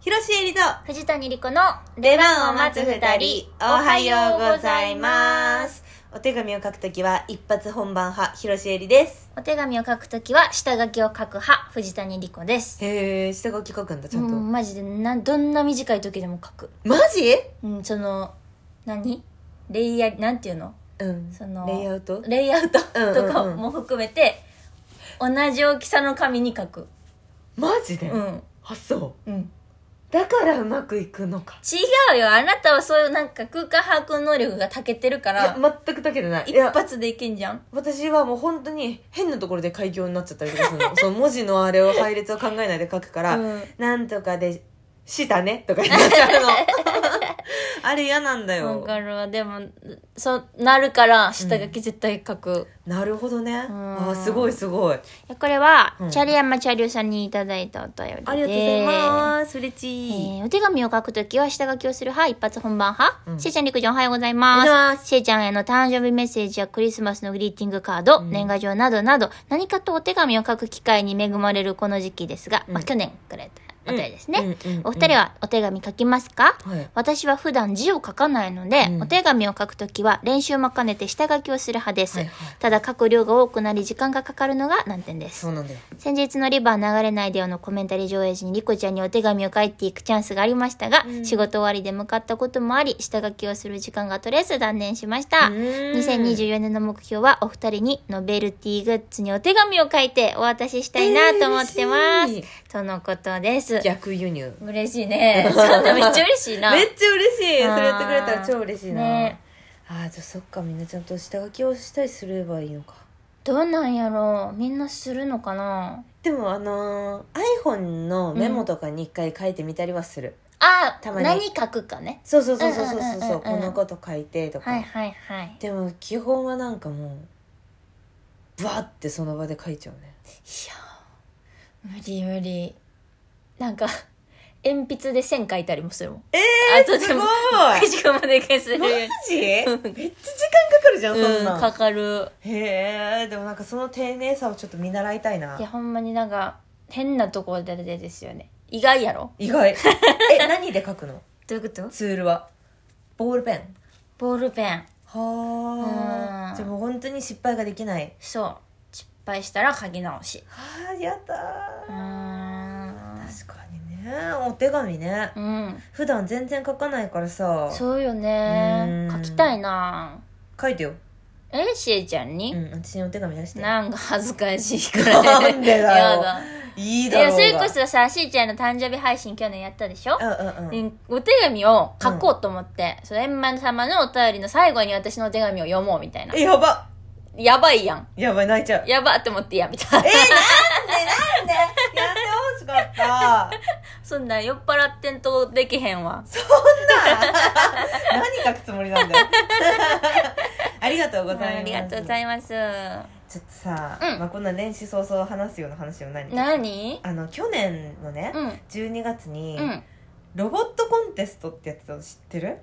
広瀬えりと藤谷莉子の出番を待つ二人おはようございますお手紙を書くときは一発本番派広瀬えりですお手紙を書くときは下書きを書く派藤谷莉子ですへえ下書き書くんだちゃうんと、んマジでなどんな短い時でも書くマジうんその何レイヤーなんていうのうんそのレイアウトレイアウトうんうんうんとかも含めて、同じ大きさの紙に書くマジで、うんあそうんうだからうまくいくのか違うよあなたはそういうなんか空間把握能力が長けてるかいやら全くだけでないい一や発でいけんじゃん私はもう本当に変なところで開業になっちゃったりとかする のその文字のあれを配列を考えないで書くから、うんなんとかでしたねとか言っち ゃうのあれ嫌なんだわよかるわでもそうなるから下書き絶対書く、なるほどねんあーすごいすごいいやこれは、うんチャリヤマチャリオさんにいただいたお便りでありがとうございます嬉しい、えーお手紙を書くときは下書きをする派、一発本番派、うんしーちゃん陸上おはようございます。おはようございましーちゃんへの誕生日メッセージやクリスマスのグリーティングカード、うん年賀状などなど、何かとお手紙を書く機会に恵まれるこの時期ですが、うんまあ去年くれたお便りですね、うんうんうんお二人はお手紙書きますか、はい私は普段字を書かないので、うんお手紙を書くときは練習も兼ねて下書きをする派です。はいはいただ書く量が多くなり時間がかかるのが難点ですそ。うなんだよ先日のリバー流れないでよのコメンタリー上映時にリコちゃんにお手紙を書いていくチャンスがありましたが、うん仕事終わりで向かったこともあり、下書きをする時間が取れず断念しました。2024年の目標はお二人にノベルティグッズにお手紙を書いてお渡ししたいなと思ってまえーす。嬉しとのことです。逆輸入嬉しい ね。そんなめっちゃ嬉しいな。めっちゃ嬉しいあーそれやってくれたら超嬉しいな、ねああじゃあそっかみんなちゃんと下書きをしたりすればいいのかどうなんやろうみんなするのかなでもあのー iPhone のメモとかに一回書いてみたりはする、あ、たまに何書くかね。そうそうそうそうそうそう,、うんうんうんうんこんなこと書いてとか、はいはいはい。でも基本はなんかもうバーってその場で書いちゃうねいやー無理無理なんか 鉛筆で線書いたりもするもんえあとでもくしくまで消するようにジめっちゃ時間かかるじゃんそんうなんん、かかるへえでもなんかその丁寧さをちょっと見習いたいないやほんまになんか変なところでですよね意外やろ意外え何で書くのどういうことツールはボールペンボールペンはうあんじゃあもう本当に失敗ができないそう失敗したら書き直しはあやったうーーん確かにねお手紙ねうん普段全然書かないからさそうようねん書きたいな書いてよえしえちゃんうに、ん私にお手紙出してなんか恥ずかしいからなんでだよ やだいいいだろやうがそれこそさしーちゃんの誕生日配信去年やったでしょ、うんうんうんでお手紙を書こうと思って、その円満様のお便りの最後に私のお手紙を読もうみたいなえやばやばいやんやばい泣いちゃうやばって思ってやめたなんでやってほしかった そんなん酔っ払ってんとできへんわ何書くつもりなんだよありがとうございますありがとうございますちょっとさ、うんまあ、こんな年始早々話すような話を何何あの去年のね、うん12月にうんロボットコンテストってやつを知ってる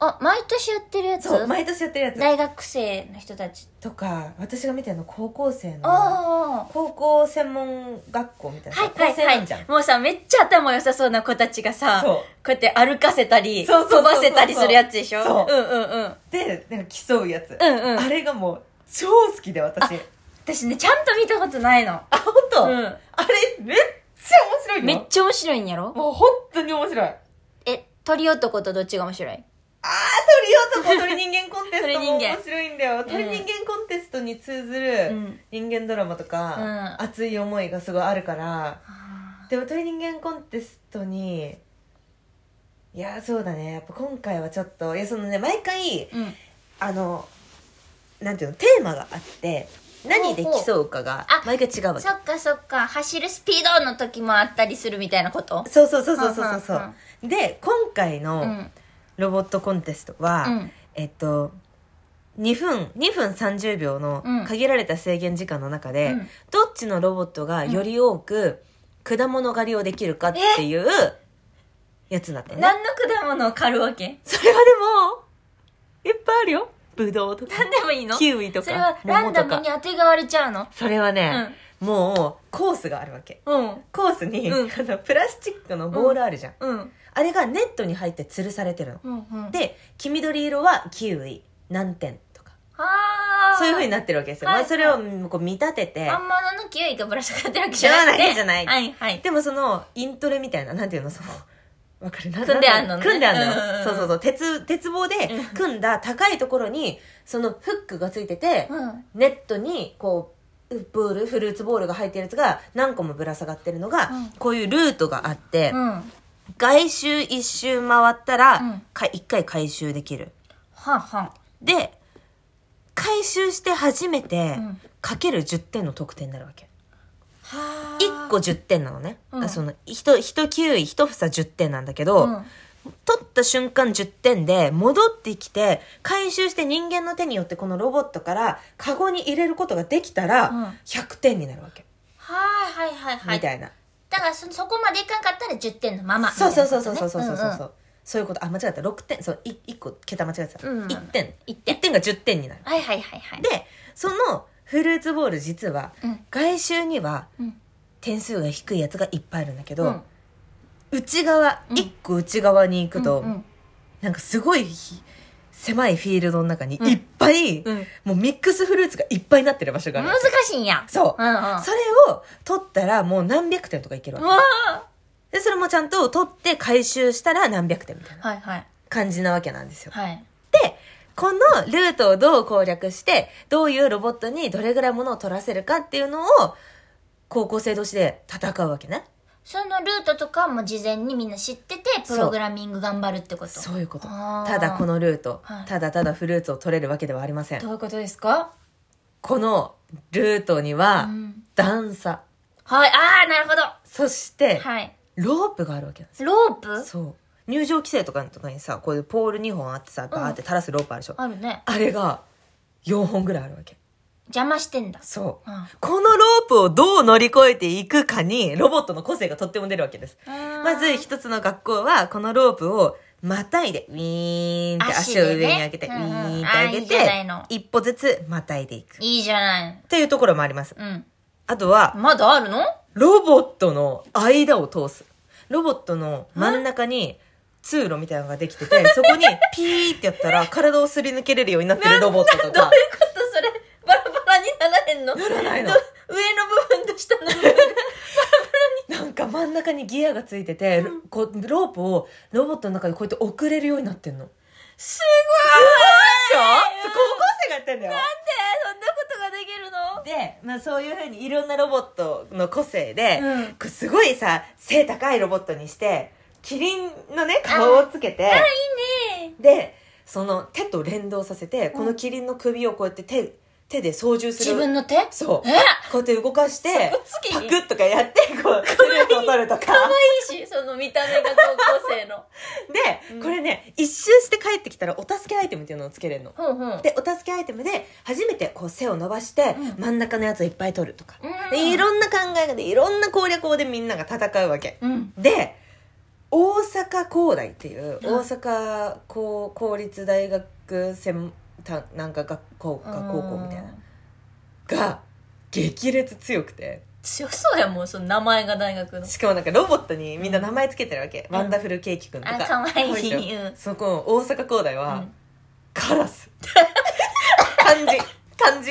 あ毎年やってるやつそう毎年やってるやつ大学生の人たちとか私が見てるの高校生のああ高校専門学校みたいなはい高は校生いなんはじゃん、いもうさめっちゃ頭良さそうな子たちがさそうこうやって歩かせたりそうそうそうそう飛ばせたりするやつでしょそうんうんうんでなんか競うやつ、うんうんあれがもう超好きで私私ねちゃんと見たことないのあ本当、あうれめっちゃ面白いのんめっちゃ面白いんやろもう本当に面白いあえ鳥男とどっちが面白いあー鳥男鳥人間コンテストも鳥人間面白いんだよ鳥人間コンテストに通ずる、うん人間ドラマとか、うん熱い思いがすごいあるからでも鳥人間コンテストにいやそうだねやっぱ今回はちょっといやそのね毎回うんあのなんていうのテーマがあって何でほうほう競うかがあ毎回違うわけそっかそっか走るスピードの時もあったりするみたいなことそうそうそうそうそうそうそはんはんうで今回うのんロボットコンテストは、うんえっと2分2分30秒のうん限られた制限時間の中で、うんどっちのロボットがより多く果物狩りをできるかっていうやつだったね。何の果物を狩るわけそれはでも、いっぱいあるよ。ぶどうとか、何でもいいのキウイとか、それはラン桃ダとムかに。当てがわれちゃうのそれはね、もうコースがあるわけうんコースに、うんあのプラスチックのボールあるじゃん、うんあれがネットに入って吊るされてるのうんうんで黄緑色はキウイ何点とかあーそういうふうになってるわけですよ、はいまあ、それをうんこう見立てて、あんまなのキウイがぶら下がってるわけじゃなくじゃなていじゃないはいはいでもそのイントレみたいななんていうの そのわかるな組んであんのね組んであんのようんうんうんそうそうそう鉄鉄棒でうん組んだ高いところにそのフックがついてて、うんネットにこうボールフルーツボールが入ってるやつが何個もぶら下がってるのが、うんこういうルートがあって、うんは外周一周回ったら、うんか一回回収できるんはで回収して初めて、うんかける10点の得点になるわけは1個10点なのね、うんあその 1, 1球1房10点なんだけど、うん取った瞬間10点で戻ってきて回収して人間の手によってこのロボットからカゴに入れることができたら、うん100点になるわけ、はいはいはいはいみたいなだからそそこまでいかんかったら10点のままそうそうそうそうそうそうそうそう、みたいなことねそういうことあ間違えた6点そう 1, 個桁間違えてた、うん1点一1点点が10点になるうんうんはいはいはいはいでそのフルーツボール実は、うん外周にはうん点数が低いやつがいっぱいあるんだけど、うん内側、うん一個内側に行くと、うんうんなんかすごいひ狭いフィールドの中にうんいっぱい、うんもうミックスフルーツがいっぱいになってる場所がある、難しいんやそううんうんそれを取ったらもう何百点とかいけるわうけ、わでそれもちゃんと取って回収したら何百点みたいなはいはい感じなわけなんですよはいこのルートをどう攻略してどういうロボットにどれぐらいものを取らせるかっていうのを高校生同士で戦うわけねそのルートとかも事前にみんな知っててプログラミング頑張るってことそういうことあーただこのルート、はいただただフルーツを取れるわけではありませんどういうことですかこのルートにうはん段差、はいああなるほどそしてはいロープがあるわけなんですロープそう入場規制とかのとかにさこういうポール2本あってさバーって垂らすロープあるでしょ、あるねあれが4本ぐらいあるわけ邪魔してんだそう、うんこのロープをどう乗り越えていくかにロボットの個性がとっても出るわけですままず一つの学校はこのロープをまたいでウィーンって足を上に上げて、足ウでィねうんうんーンあーって上いいげじてゃないの一歩ずつまたいでいくっいいじゃないていうところもありますうんあとはまだあるのロボットの間を通す。ロボットの真ん中に通路みたいなのができてて、そこにピーってやったら体をすり抜けれるようになってるロボットとか。ことそれバラバラにならへんのならないのど上の部分と下の部分なんか真ん中にギアがついてて、こうロープをロボットの中にこうやって送れるようになってんの。すそうごい高校生がやってんだよ。なんでそんなことができるので、まあそういうふうにいろんなロボットの個性で、うんこうすごいさ、背高いロボットにして、キリンのね、顔をつけて、いいねでその手と連動させて、このキリンの首をこうやって手手で操縦する自分の手そうえこうやって動かしてそこ好きパクッとかやってこうフルーツを取るとか可愛いしその見た目が高校生ので、うんこれね一周して帰ってきたらお助けアイテムっていうのをつけれるのほうほうでお助けアイテムで初めてこう背を伸ばして、うん真ん中のやつをいっぱい取るとか、うんでいろんな考え方でいろんな攻略法でみんなが戦うわけうんで大阪工大っていううん大阪公公立大学専たなんか学校か高校みたいなが激烈強くて強そうやもんその名前が大学のしかもなんかロボットにみんな名前つけてるわけ、うんワンダフルケーキくんとかあかわいい可愛でしょうんそこ大阪工大は、うんカラス漢字漢字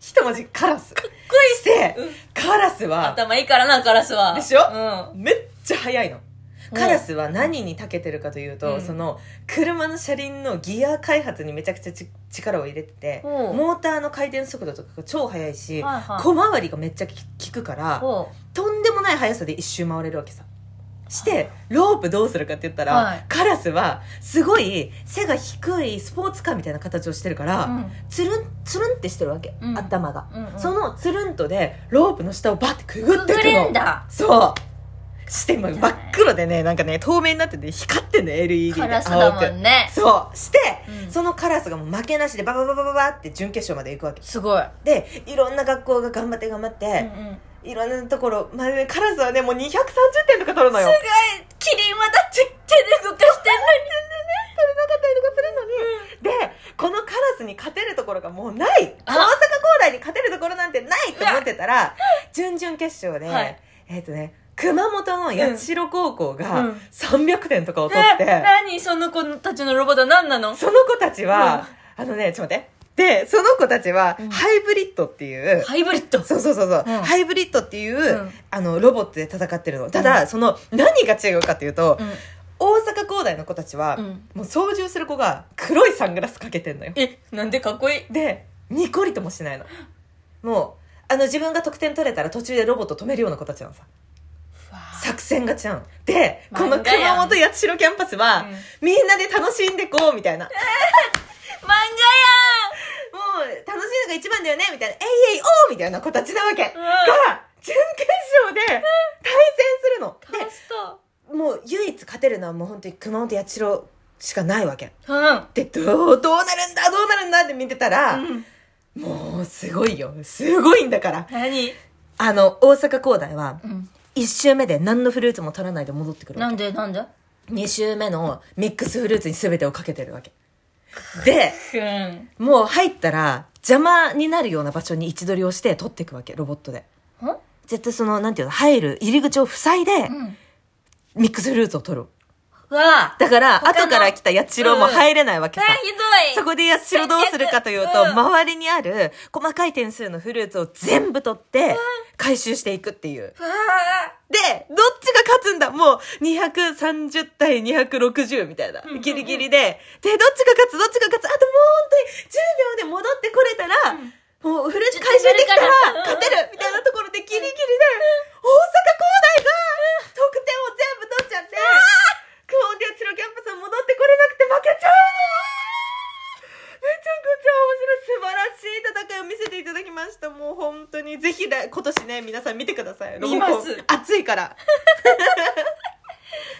一文字カラスかっこいいして、うんカラスは頭いいからなカラスはでしょうんめっちゃ速いのうんカラスは何に長けてるかというと、うんその車の車輪のギア開発にめちゃくちゃち力を入れててほうモーターの回転速度とかが超速いし、はいはい小回りがめっちゃき効くからほとんでもない速さで一周回れるわけさしてロープどうするかって言ったら、はいカラスはすごい背が低いスポーツカーみたいな形をしてるから、ううんつるんつるんってしてるわけ、うん頭が、うんうんそのつるんとでロープの下をバッてくぐってくくのぐれんだそうして今じゃ真ないっ黒でねなんかね透明になってて光ってんの LED でカラスだも青んねくそうして、うんそのカラスがもう負けなしでババババババって準決勝まで行くわけすごいでいろんな学校が頑張って頑張っうんうて、んいろんなところ、まあね、カラスはねもう230点とか取るのよすごいキリンはだって手で動かしてんのに取れなかったりとかするのに、でこのカラスに勝てるところがもうない大阪あ工大に勝てるところなんてないと思ってたら準々決勝で、はいえっ、とね熊本の八代高校うんうがん300点とかを取って、え何その子たちのロボットは何なのその子たちは、あのねちょっと待ってでその子たちは、うんハイブリッドっていう、ハイブリッドそうそうそうそう、うんハイブリッドっていう、うんあのロボットで戦ってるのただ、その何が違うかっていうと、うん大阪工大の子たちは、うんもう操縦する子が黒いサングラスかけてんのよえなんでかっこいいでニコリともしないのもうあの自分が得点取れたら途中でロボット止めるような子たちなのさ作戦がちゃんでこの漫画や熊ん本八代キャンパスは、みんなで楽しんでこうみたいな漫画やもう楽しいのが一番だよねみたいな、えいえいおーみたいな子たちなわけ、んが、準決勝で対戦するの。んパストで、もう唯一勝てるのはもう本当に熊本八代しかないわけ。うんで、どう、どうなるんだ、どうなるんだって見てたら、うんもうすごいよ。すごいんだから。何あの、大阪工大は、うん1周目で何のフルーツも取らないで戻ってくるわけなんでなんで2周目のミックスフルーツに全てをかけてるわけ。で、うんもう入ったら邪魔になるような場所に位置取りをして取っていくわけロボットでうん絶対そのなんていうの入る入り口を塞いでうんミックスフルーツを取るわあだから他の後から来た八代も入れないわけあさ、ひどいそこで八代どうするかというと、うん周りにある細かい点数のフルーツを全部取って回収していくっていうわあでどっちが勝つんだもう230対260みたいなうんギリギリででどっちが勝つどっちが勝つあともう本当に10秒で戻ってこれたら、もうフルーツ回収できたらち勝ょっとやるからてるみたいなところでギリギリで大阪工大が得点を全部取っちゃってクオンディアチロキャンパスは戻ってこれなくて負けちゃうのめちゃくちゃ面白い素晴らしい戦いを見せていただきましたもう本当にぜひ来今年ね皆さん見てください見ますロボコン暑いから